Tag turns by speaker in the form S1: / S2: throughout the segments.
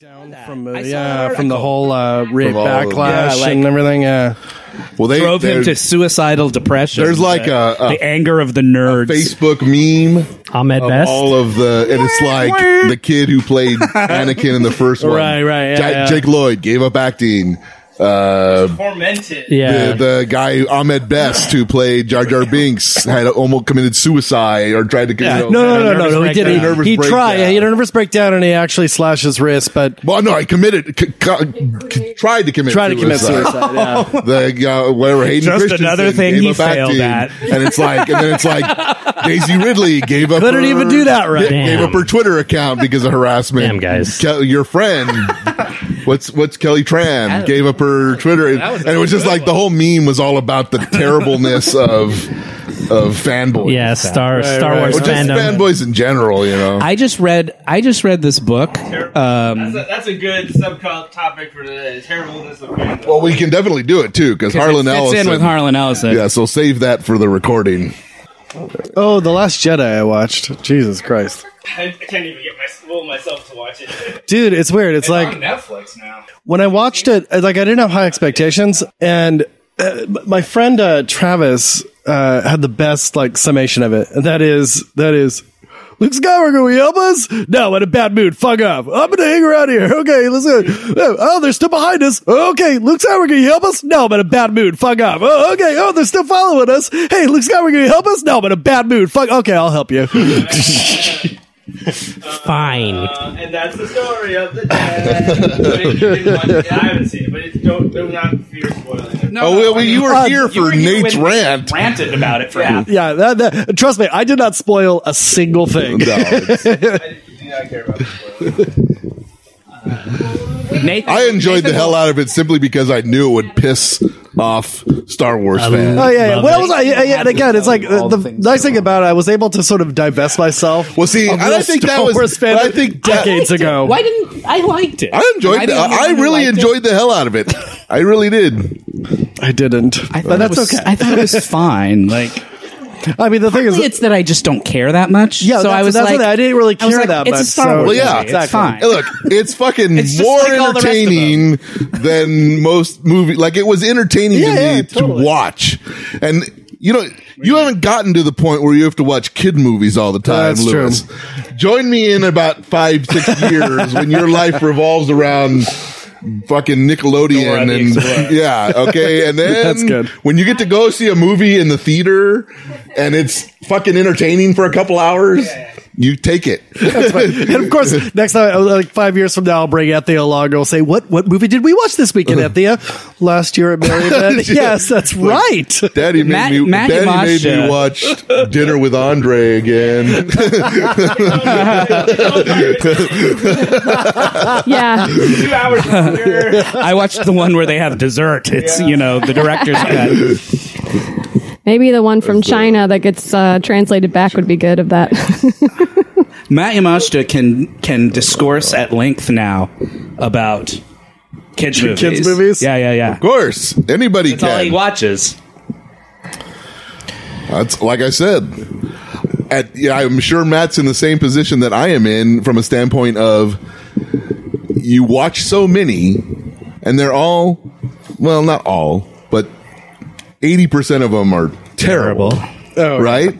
S1: down from uh,
S2: I saw
S1: yeah
S2: an
S1: from the
S2: article.
S1: whole uh, rape
S3: From all of-
S1: backlash
S2: Yeah, like-
S1: and everything. Yeah,
S3: Well, they
S4: drove him
S3: there's-
S4: to suicidal depression.
S3: There's like a- a-
S4: the anger of the nerds.
S3: Facebook meme
S5: Ahmed
S3: of
S5: Best.
S3: all of the, and it's like the kid who played Anakin in the first one.
S1: Right, right, yeah,
S3: Jake,
S1: yeah.
S3: Jake Lloyd gave up acting. Uh,
S2: tormented.
S5: yeah.
S3: the, the guy Ahmed Best who played Jar Jar Binks had almost committed suicide or tried to commit.
S1: no, no, no, no,
S4: nervous
S1: no. He did.
S4: breakdown.
S1: He,
S3: Nervous
S1: he tried.
S3: breakdown.
S1: Yeah, he had a nervous breakdown and he actually slashed his wrist, but
S3: Well, no, I committed, c- co- c- tried to commit,
S1: tried to commit
S3: uh,
S1: suicide. Yeah.
S3: the uh, whatever Hayden
S4: Just
S3: Christensen
S4: another thing
S3: gave
S4: he
S3: up acting,
S4: failed at.
S3: and it's like, and then it's like Daisy Ridley gave up.
S1: Couldn't
S3: her-
S1: even do that right.
S3: Ga- Gave
S5: Damn.
S3: up her Twitter account because of harassment.
S5: Damn, guys.
S3: Ke- your friend. What's what's Kelly Tran gave up her Twitter, and,
S2: was a
S3: it was just
S2: good
S3: like the whole meme was all about the terribleness of of fanboys.
S5: yeah, Star Star
S1: right,
S5: Wars
S3: Or just
S5: fandom.
S3: fanboys in general, you know.
S2: I just read. I just read this book. um,
S6: That's a, that's a good subcult topic for today. Terribleness of fandom.
S3: well, we can definitely do it too because Harlan
S2: It's
S3: Ellison.
S2: in with Harlan Ellison.
S3: Yeah, so save that for the recording.
S1: Oh, the Last Jedi I watched. Jesus Christ,
S6: I, I can't even get my, will myself to watch it. It's
S1: dude, it's weird. It's like
S6: on Netflix now.
S1: when I watched it, I- like I didn't have high expectations, and uh, my friend uh, Travis uh, had the best like summation of it. And that is, that is, Luke Skywalker, will you help us? No, in a bad mood. Fuck off. I'm gonna hang around here. Okay, let's go. Oh, oh, they're still behind us. Okay, Luke Skywalker, can you help us? No, I'm in a bad mood. Fuck off. Oh, okay. Oh, they're still following us. Hey, Luke Skywalker, can you help us? No, I'm in a bad mood. Fuck. Okay, I'll help you.
S5: Fine.
S6: Uh, and that's the story of the day. You didn't watch it. I haven't seen it, but it's, don't do not fear spoiling. it.
S3: oh, well, you were
S1: Uh,
S3: here for Nate's rant.
S4: ranted about it for half.
S1: yeah, that, that, trust me, I did not spoil a single thing.
S3: No, it's-
S6: I do not care about the spoilers.
S2: Nathan,
S3: I enjoyed the hell out of it simply because I knew it would piss off Star Wars fans.
S1: Oh yeah, yeah.
S5: Love
S1: Well,
S5: it.
S1: was, I, I, yeah, and again, it's like uh,
S7: all
S1: the
S7: the things
S1: nice
S7: that
S1: thing about it, I was able to sort of divest myself.
S3: Well, see,
S1: of
S3: and
S1: real
S3: I think
S1: Star
S3: that was.
S1: Wars
S3: but
S1: fandom
S3: I think that,
S1: decades ago.
S2: Why didn't I liked it?
S3: I enjoyed.
S2: Why
S3: The,
S2: didn't
S3: I
S2: you
S3: really
S2: liked it?
S3: enjoyed the hell out of it. I really did.
S1: I didn't,
S2: I
S1: but
S2: thought
S1: that's
S2: it was,
S1: okay.
S2: I thought it was fine. Like
S1: I mean, the thing is,
S2: it's that I just don't care that much.
S1: Yeah,
S2: so
S1: that's-
S2: I was
S1: that's
S2: like,
S1: what I- I didn't really
S2: I was
S1: care
S2: like,
S1: that
S2: it's
S1: much,
S2: a Star
S1: so-
S2: Wars.
S3: Well, yeah,
S2: movie. it's
S1: exactly.
S2: fine.
S3: Hey, look, it's fucking
S2: It's just
S3: more
S2: like all the rest of
S3: entertaining than most movie. Like it was entertaining
S1: Yeah,
S3: to
S1: yeah,
S3: me
S1: totally.
S3: to watch, and you know you haven't gotten to the point where you have to watch kid movies all the time,
S1: That's
S3: Lewis. Join me in about five six years when your life revolves around. Fucking Nickelodeon
S4: Dora the Explorer.
S3: and yeah, okay, and then
S1: That's good.
S3: when you get to go see a movie in the theater and it's fucking entertaining for a couple hours, you take it.
S1: and of course, next time, uh, like five years from now, I'll bring Ethia along. and I'll say, "What what movie did we watch this weekend, Ethia? Last year at Merryman? yes, that's right."
S3: Daddy made
S2: Matt-
S3: me.
S2: Matt
S3: Daddy made
S2: Yamashita.
S3: me watch dinner with Andre again.
S8: Yeah.
S6: Two hours later,
S4: I watched the one where they have dessert. It's you know the director's cut.
S8: Maybe the one from China that gets uh, translated back would be good of that.
S4: Matt Yamashita can can discourse at length now about kids movies.
S1: movies?
S4: Yeah, yeah, yeah.
S3: of course, anybody
S4: That's all he
S3: can.
S4: watches.
S3: That's like I said. At, yeah, I'm sure Matt's in the same position that I am in from a standpoint of you watch so many, and they're all well, not all, but eighty percent of them are terrible,
S1: Oh,
S3: right?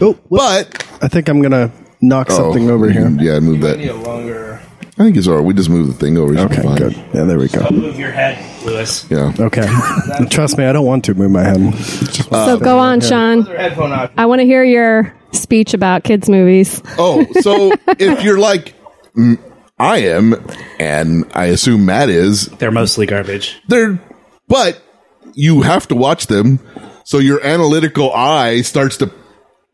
S1: Oh, whoops.
S3: But
S1: I think I'm gonna knock something
S3: Oh,
S1: over here.
S3: Yeah, move that.
S6: a longer.
S3: I think it's all right. We just move the thing over.
S1: Okay, good. Yeah, there we go.
S4: Move your head, Lewis.
S3: Yeah.
S1: Okay, trust me, I don't want to move my head.
S8: so go on, Sean.
S6: Headphone out.
S8: I want to hear your speech about kids' movies.
S3: Oh, so if you're like mm, I am, and I assume Matt is,
S4: They're mostly garbage.
S3: they're but you have to watch them, so your analytical eye starts to.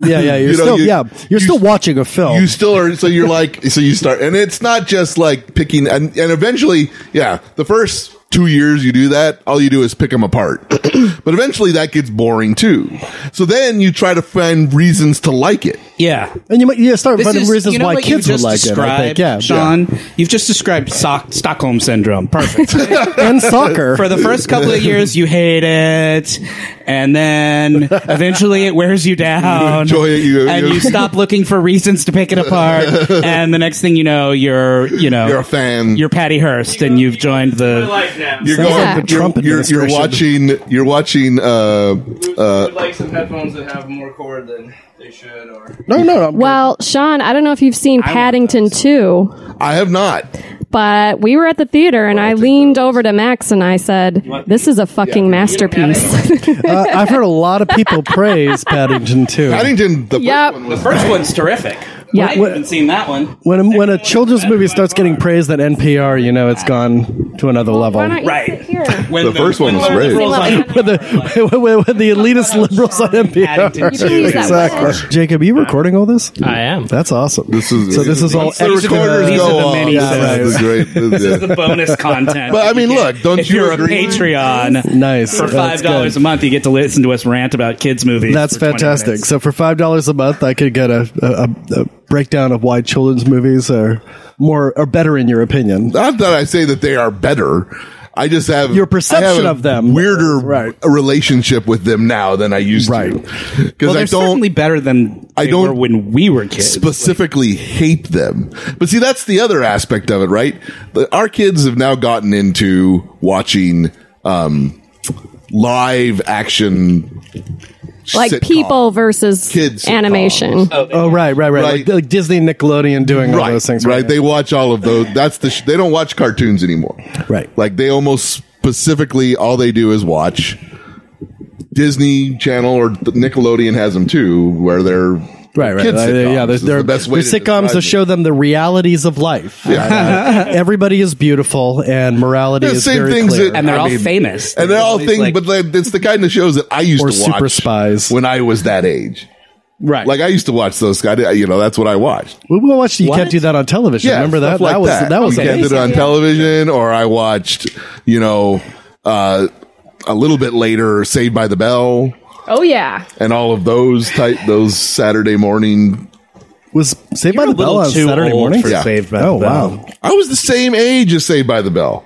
S1: Yeah, yeah, you're
S3: You know,
S1: still
S3: you-
S1: yeah, you're
S3: you-
S1: still watching a film.
S3: You still are, so you're like, so you start, and it's not just like picking, and, and eventually, yeah, the first two years you do that, all you do is pick them apart. but eventually that gets boring too. So then you try to find reasons to like it.
S4: Yeah.
S1: And you might yeah start
S4: This
S1: finding
S4: is-
S1: reasons
S4: you know
S1: why
S4: what you
S1: kids would
S4: just
S1: like it. I think.
S4: described,
S1: Yeah,
S4: Sean, you've just described Soc- Stockholm syndrome. Perfect.
S1: yeah. and soccer.
S4: For the first couple of years, you hate it, and then eventually it wears you down.
S3: enjoy it, you-
S4: and
S3: you-
S4: you stop looking for reasons to pick it apart. and the next thing you know, you're you know
S3: You're a fan.
S4: You're Patty Hearst, and you've joined
S6: I
S4: the.
S6: like now.
S3: You're
S1: Sounds
S3: going.
S8: like the
S3: you're,
S1: Trump
S3: you're, you're watching. You're watching. Uh,
S6: Who
S3: uh,
S6: would like some headphones that have more cord than they should, or
S1: no, no, no. I'm
S8: Well, Sean, I don't know if you've seen Paddington 2,
S3: I have not.
S8: but we were at the theater and I leaned over to Max and I said, This is a fucking masterpiece.
S1: good. Uh, I've heard a lot of people praise Paddington too.
S3: Paddington. The
S8: Yep.
S3: first one was.
S4: First one's terrific.
S8: Yeah.
S4: I haven't seen that one.
S1: When a, when a children's movie starts getting praised at NPR, you know it's gone to another level.
S8: Why don't you
S4: Right.
S8: sit here?
S4: When
S3: The first one
S4: when
S3: was
S4: the
S3: great.
S4: liberals on-
S1: When the, when- when- when the elitist liberals on NPR.
S4: Paddington
S8: Please, that
S1: Exactly.
S8: was-
S1: Jacob, you recording all this?
S5: I am.
S1: That's awesome.
S3: This is
S1: so. This is all
S3: It's the
S1: extra-
S3: recorders
S4: These are
S3: go
S4: the
S3: on.
S4: many
S3: This is the great. This is
S4: the bonus content.
S3: But, I mean,
S4: that you
S3: look,
S4: get.
S3: don't
S4: if
S3: you
S4: are
S3: agree?
S4: a Patreon
S1: Nice.
S4: for
S1: That's
S4: five dollars
S1: good.
S4: a month, you get to listen to us rant about kids movies.
S1: That's
S4: for 20
S1: fantastic.
S4: minutes.
S1: So for five dollars a month, I could get a, a, a, a breakdown of why children's movies are more are better in your opinion.
S3: not that I say that they are better. I just have
S1: Your perception
S3: I have a
S1: of them.
S3: Weirder
S1: Right.
S3: a relationship with them now than I used
S1: Right.
S3: to. Because
S4: Well,
S3: I
S4: they're
S3: don't
S4: certainly better than
S3: I
S4: they
S3: don't-
S4: were when we were kids.
S3: specifically hate them. But see, that's the other aspect of it, right? The, our kids have now gotten into watching um, live action,
S8: Like
S3: sitcom.
S8: people versus
S3: Kids sitcoms.
S8: animation.
S1: Oh right, right, right.
S3: Right.
S1: Like, like Disney, Nickelodeon doing all
S3: Right,
S1: those things.
S3: right. They watch all of those. That's the. Sh- they don't watch cartoons anymore.
S1: Right.
S3: Like they almost specifically all they do is watch Disney Channel or th- Nickelodeon has them too, where they're
S1: Right, right.
S3: Kids
S1: Like, they- yeah,
S3: sitcoms
S1: they're,
S3: is
S1: they're,
S3: the best way
S1: they're
S3: to
S1: sitcoms
S3: describe
S1: that show them the realities of life. Uh, everybody is beautiful, and morality
S3: The
S1: is
S3: same
S1: very
S3: things
S1: clear.
S3: that-
S4: and they're
S3: I
S4: all
S3: mean,
S4: famous,
S3: and they're all
S4: always
S3: things,
S4: like-
S3: but like, it's the kind of shows that I used
S1: Or
S3: to watch
S1: Super Spies.
S3: when I was that age.
S1: right.
S3: Like I used to watch those. I did, you know, that's what I watched.
S1: we will watch. You can't do that on television.
S3: Yeah,
S1: Remember
S3: stuff
S1: that?
S3: Like
S1: that was that was
S3: you
S1: amazing.
S3: can't do it on television, or I watched, you know, uh, a little bit later, Saved by the Bell,
S8: Oh, yeah.
S3: and all of those type those Saturday morning.
S1: Was Saved by
S4: You're
S1: the
S4: a little
S1: Bell on
S4: too
S1: Saturday
S4: old
S1: morning?
S4: for
S3: Yeah.
S4: Saved by
S1: Oh
S4: the Bell.
S1: wow!
S3: I was the same age as Saved by the Bell.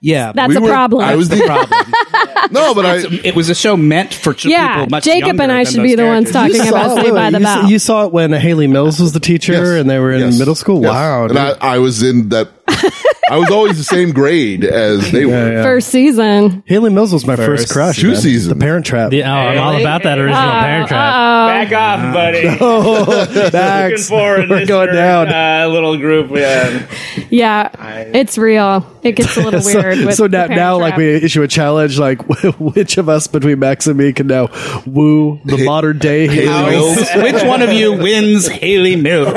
S4: Yeah,
S8: That's
S3: We
S8: a
S3: were-
S8: problem.
S3: I was the problem. no, but I.
S4: it was a show meant for ch-
S8: Yeah,
S4: people much
S8: Jacob and
S4: younger
S8: I
S4: than
S8: should
S4: those
S8: be the ones
S4: characters.
S8: talking about
S1: it-
S8: Saved by the
S1: you, s-
S8: Bell.
S1: you saw it when Haley Mills was the teacher,
S3: Yes.
S1: and they were in
S3: Yes.
S1: middle school.
S3: Yes.
S1: Wow!
S3: And I,
S1: dude.
S3: I was in that. I was always the same grade as they were.
S8: First season.
S1: Haley Mills was my first, crush.
S3: Two
S1: man.
S3: seasons.
S1: The Parent Trap.
S5: The, oh, I'm all about
S4: Uh,
S5: that original
S8: uh,
S5: Parent Trap.
S6: back off, buddy. Looking
S1: Max,
S6: forward.
S1: we're
S6: this
S1: going down.
S6: Uh, little group. Yeah.
S8: Yeah, it's real. It gets a little
S1: so,
S8: weird. with
S1: so
S8: the
S1: now,
S8: Parent
S1: now like
S8: Trap.
S1: we issue a challenge, like which of us between Max and me can now woo the modern day Haley Mills?
S3: Mills.
S4: Which one of you wins Haley Mills?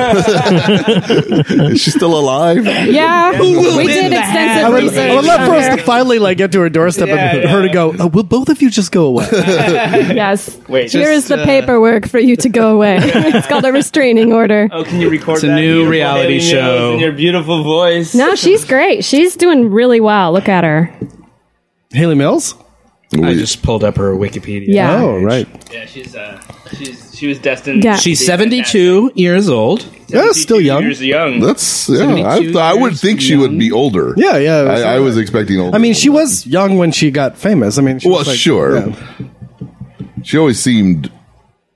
S3: Is she still alive?
S8: Yeah, we did
S1: I
S8: extensive
S1: would,
S8: research.
S1: I would love
S8: on
S1: for us
S8: her.
S1: to finally like get to her doorstep and her to go. Oh, will both of you just go away?
S8: Yes.
S6: Wait,
S8: Here is
S4: just,
S8: the
S4: uh,
S8: paperwork for you to go away. it's called a restraining order.
S6: Oh, can you record
S4: It's a
S6: that?
S4: new
S6: Beautiful
S4: reality
S6: Haley
S4: show.
S6: Mills In your beautiful voice.
S8: No, she's great. She's doing really well. Look at her.
S1: Haley Mills.
S4: I just pulled up her Wikipedia.
S8: Yeah.
S1: Oh, right.
S6: Yeah, she's uh, she's she was destined.
S8: Yeah.
S6: to
S4: She's
S6: be
S4: 72 years old.
S1: Yeah, still
S6: 72
S1: young.
S6: Years young.
S3: That's yeah. I,
S4: 72
S3: I would think she would be older.
S1: Yeah, yeah.
S3: I, I was expecting older.
S1: I mean, she was young when she got famous. I mean, she
S3: Well,
S1: was like-
S3: sure.
S1: yeah.
S3: She always seemed.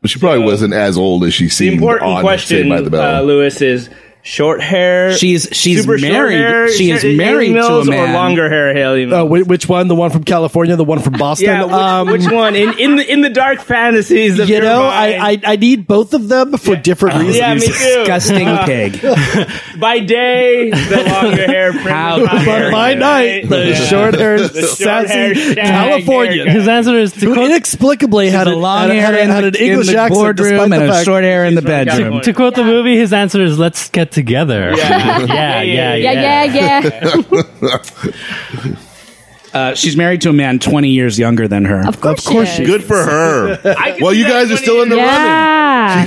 S3: She probably wasn't as old as she
S6: the
S3: seemed.
S6: important
S3: on
S6: question,
S3: Saved by the Bell.
S6: uh, Lewis, is short hair.
S4: She's- she's
S6: super short
S4: married-
S6: hair,
S4: she is
S6: Haley
S4: married to a
S6: Mills
S4: man.
S6: Or longer hair, Haley. Mills?
S1: Uh, whi- which one? The one from California? The one from Boston?
S6: yeah, which,
S1: um,
S6: which one? In in the in the dark fantasies of
S1: you
S6: your
S1: know,
S6: mind.
S1: I, I I need both of them for different reasons.
S6: yeah, me too. Uh,
S4: Disgusting pig.
S6: By day, the longer hair.
S4: How
S6: prim-
S1: But
S4: dare
S1: by
S6: Yeah.
S1: night, the
S6: Yeah.
S1: short-haired,
S6: short-haired
S1: sassy
S6: shag
S1: Californian
S5: His
S6: haircut.
S5: answer is to
S1: who
S5: quote,
S1: inexplicably had a long hair and had an English accent despite
S4: boardroom
S1: the
S4: and a
S1: fact-
S4: short hair in the
S6: from
S4: bedroom.
S6: California.
S5: to quote the movie. His answer is "Let's get together."
S6: Yeah.
S5: yeah, yeah,
S8: Yeah, yeah, yeah.
S4: Uh, she's married to a man 20 years younger than her.
S8: Of course, she is.
S3: Good for her.
S6: I can
S3: well,
S6: do
S3: you
S6: that
S3: guys are
S6: when
S3: still in the
S8: Yeah.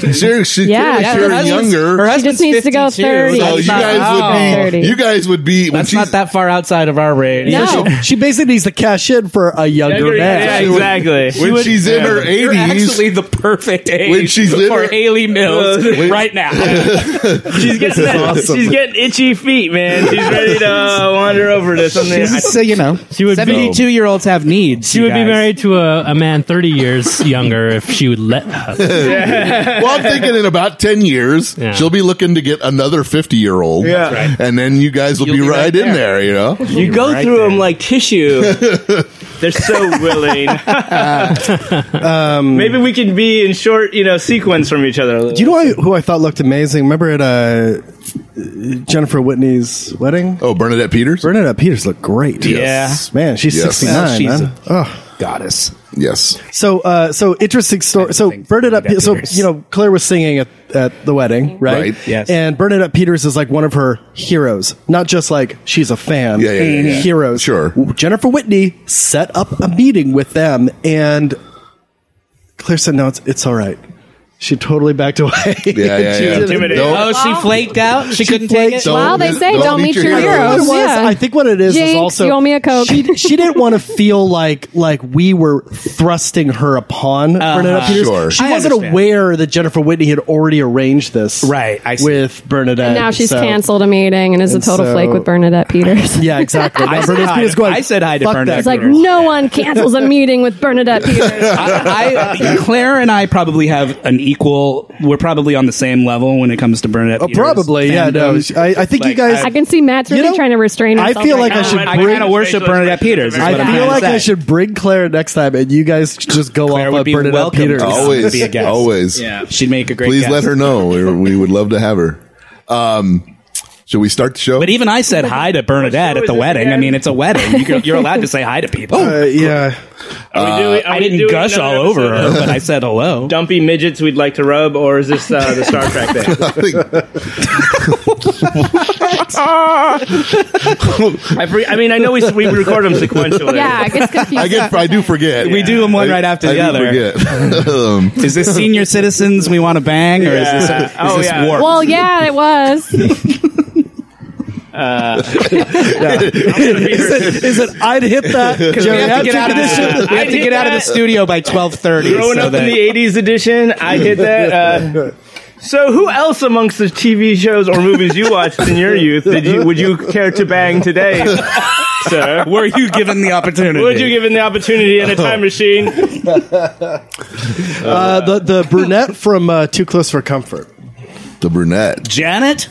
S8: Yeah.
S3: Sure, she, yeah,
S8: Yeah, yeah,
S3: sure
S8: her
S3: younger.
S8: She just needs to go 30.
S3: so you
S8: Wow.
S3: guys would be.
S8: 30.
S3: You guys would be. When
S4: That's not
S3: she's,
S4: that far outside of our range.
S8: No.
S1: She basically needs to cash in for a younger
S6: Younger-
S1: man.
S6: yeah, exactly.
S3: when she's in her
S4: You're
S3: eighties.
S4: actually the perfect age
S3: When she's in
S4: for
S3: her-
S4: Haley Mills
S3: When-
S4: right now.
S6: She's getting that, she's getting itchy feet, man. She's ready to uh, wander over to something. I,
S2: so you know,
S5: She would be.
S2: seventy-two year olds have needs.
S5: She would be married to a, a man thirty years younger if she would let. Her.
S3: well, I'm thinking in about ten years,
S5: Yeah.
S3: she'll be looking to get another fifty-year-old.
S6: Yeah. That's
S3: and then you guys will be,
S4: be
S3: right,
S4: right
S3: in there. You know,
S6: you go through them like tissue. They're so willing. Maybe we can be in short, you know, sequence from each other. A little.
S1: Do you know I, who I thought looked amazing? Remember at uh, Jennifer Whitney's wedding?
S3: oh Bernadette Peters,
S1: Bernadette Peters looked great.
S3: Yes.
S1: Man, she's
S3: Yes.
S1: 69,
S2: Well, she's
S1: man. Oh, Ugh.
S2: goddess.
S3: yes,
S1: So, uh, so interesting story. So,
S2: think
S1: Bernadette, Pe-
S2: Bernadette
S1: so,
S2: Peters.
S1: you know, Claire was singing at, at the wedding, right?
S3: Right.
S2: Yes.
S1: And Bernadette Peters is like one of her heroes, not just like she's a fan.
S3: Yeah, yeah, yeah, yeah.
S1: Heroes.
S3: Sure.
S1: Jennifer Whitney set up a meeting with them, and Claire said, "No, it's it's all right." She totally backed away.
S3: yeah, yeah.
S1: She didn't-
S6: Intimidating.
S3: Don't-
S4: Oh, she flaked out. She, couldn't
S1: flaked
S4: take it.
S3: Don't
S8: Well, they
S3: miss-
S8: say don't meet your
S1: What
S8: heroes.
S1: it was,
S8: Yeah.
S1: I think what it is is
S8: Jinx,
S1: also
S8: you owe me a Coke.
S1: She, she didn't want to feel like like we were thrusting her upon Bernadette Peters.
S3: Sure.
S1: She
S4: Uh-huh. I
S1: wasn't
S4: understand.
S1: aware that Jennifer Whitney had already arranged this
S4: Right, I see.
S1: with Bernadette.
S8: And now she's
S1: so-
S8: canceled a meeting and is a
S1: And
S8: total
S1: so-
S8: flake with Bernadette Peters.
S1: Yeah, exactly. Now
S4: said
S1: Bernadette
S4: hi
S1: Peters
S4: to-
S1: going,
S4: I said hi to
S1: "Fuck
S4: Bernadette
S1: that
S8: It's like
S1: girl."
S8: no one cancels a meeting with Bernadette Peters.
S4: I, I, Claire and I probably have an equal. We're probably on the same level when it comes to Bernadette.
S1: Oh,
S4: Peters um,
S1: probably, yeah. No,
S4: fandom.
S1: I, I think you
S4: Like,
S1: guys.
S8: I can see Matt's really
S1: You know,
S8: trying to restrain
S1: I
S8: himself.
S1: feel
S8: right
S1: like I
S8: now.
S1: should
S6: I
S1: bring-
S6: kind of
S4: worship
S6: worship
S4: Bernadette
S6: Bernadette
S4: Peters. is what
S6: Peters.
S1: I
S4: I'm
S1: feel
S4: trying to
S1: like
S4: say.
S1: I should bring Claire next time, and you guys just go
S4: Claire
S1: off
S4: would
S1: of
S4: be
S1: Bernadette
S4: welcome to
S1: Peters.
S4: come.
S3: always,
S4: Be a guest.
S3: always.
S4: She'd make a great.
S3: Please
S4: guest.
S3: let her know. We, we would love to have her. Um, should we start the show?
S4: But e- even I said hi to Bernadette
S6: Who
S4: at
S6: is
S4: the
S6: this
S4: wedding. I
S6: again?
S4: mean, it's a wedding. You can, you're allowed to say hi to people.
S1: Uh, yeah,
S6: Are Oh, we doing, are
S4: I
S6: we
S4: didn't
S6: doing
S4: gush all
S6: another
S4: over
S6: episode
S4: her,
S6: of
S4: but I said hello.
S6: Dumpy midgets we'd like to rub, or is this uh, the Star Trek thing?
S3: I think-
S6: I, pre- I mean, I know we s- we record them sequentially.
S8: Yeah, it gets confusing.
S3: I get. I do forget.
S4: We do them one right after
S3: I
S4: the
S3: do
S4: other.
S3: forget. um,
S4: Is this senior citizens we want to bang, or is this,
S6: Yeah.
S4: is
S6: Oh,
S4: this
S6: yeah.
S4: warp?
S8: Well, yeah, it was.
S1: is it? I'd hit that.
S4: we have to get out of this.
S6: Yeah.
S4: We have
S6: I
S4: to get
S6: did
S4: out of the
S6: that.
S4: studio by twelve thirty.
S6: Growing up in the '80s edition, I did that. Uh, so, who else amongst the TV shows or movies you watched in your youth did you would you care to bang today, sir?
S4: were you given the opportunity?
S6: Would you given the opportunity in a time machine?
S1: Uh, the the brunette from uh, Too Close for Comfort.
S3: the brunette.
S4: Janet?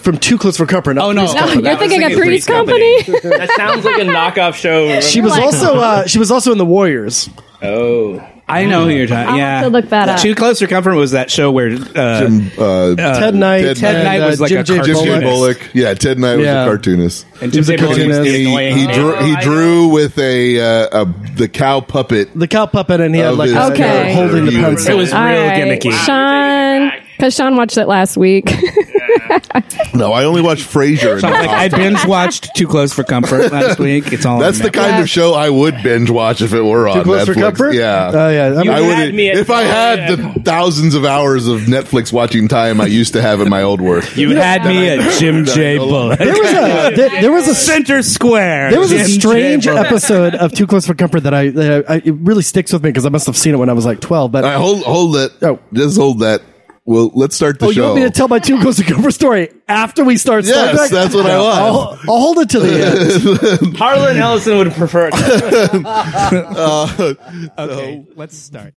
S1: From Too Close for Comfort. not
S4: Oh no,
S1: Three's
S8: No,
S1: Company.
S8: you're thinking of Three's Company.
S6: That sounds like a knockoff show.
S1: She was
S8: Like-
S1: also uh, she was also in the Warriors.
S6: Oh,
S4: I know who you're talking.
S8: I'll
S4: Yeah,
S8: have to look that up.
S4: Too close for comfort was that show where uh,
S3: Uh,
S1: Ted Knight.
S3: Ted Knight
S1: and,
S4: was like
S1: Jim
S4: a
S1: J.
S3: Jim J.
S1: Bullock.
S3: Bullock. Yeah, Ted Knight was
S1: Yeah.
S3: a cartoonist.
S4: and Jim
S1: was a
S4: Davis was
S1: cartoonist.
S4: the
S3: He,
S4: annoying-
S3: he drew. He
S6: I
S3: drew with a, uh, a the cow puppet.
S1: The cow puppet, and he had
S3: Of
S1: like
S3: his
S1: a
S8: Okay.
S1: holding the
S3: character.
S1: pencil.
S4: It was real
S8: All right.
S4: gimmicky.
S8: Sean, because Sean watched it last week.
S3: No, I only watched Frasier. in the
S4: Like, I binge watched Too Close for Comfort last week. It's all
S3: That's
S4: on
S3: the kind of show I would binge watch if it were on
S1: Too Close for
S3: Netflix.
S1: Comfort.
S3: Yeah.
S1: Oh yeah. I mean,
S3: I
S6: had
S3: would
S6: me at-
S3: if I had the thousands of hours of Netflix watching time I used to have in my old work.
S4: You had me at Jim J.
S1: there
S4: Bullock.
S1: was a there, there was a
S4: Center Square.
S1: There was a
S4: Jim J.
S1: strange
S4: Bullock.
S1: episode of Too Close for Comfort that I, that I, I it really sticks with me because I must have seen it when I was like twelve. But
S3: All right, hold hold that.
S1: Oh.
S3: Just hold that. Well, let's start the
S1: oh,
S3: show.
S1: you want me to tell my Too Close for Comfort story after we start? Star
S3: Yes,
S1: Trek?
S3: that's what I
S1: No,
S3: want.
S1: I'll, I'll hold it to the end.
S6: Harlan Ellison would prefer. it.
S4: Okay, let's start.